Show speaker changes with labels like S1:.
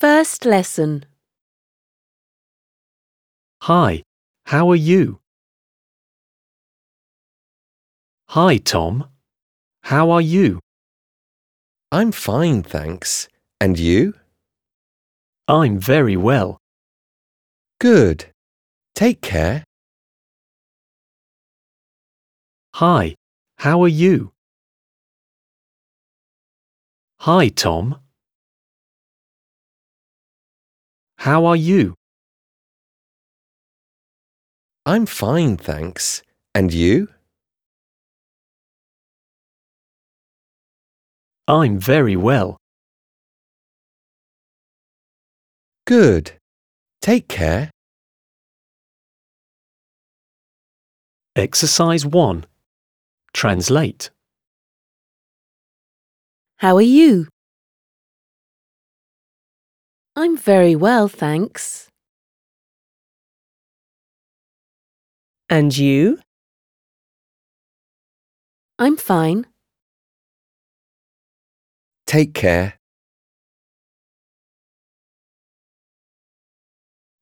S1: First lesson.
S2: Hi, how are you? Hi, Tom. How are you?
S3: I'm fine, thanks. And you?
S2: I'm very well.
S3: Good. Take care.
S2: Hi, how are you? Hi, Tom. How are you?
S3: I'm fine, thanks. And you?
S2: I'm very well.
S3: Good. Take care.
S2: Exercise 1. Translate.
S1: How are you? I'm very well, thanks.
S4: And you?
S1: I'm fine.
S3: Take care.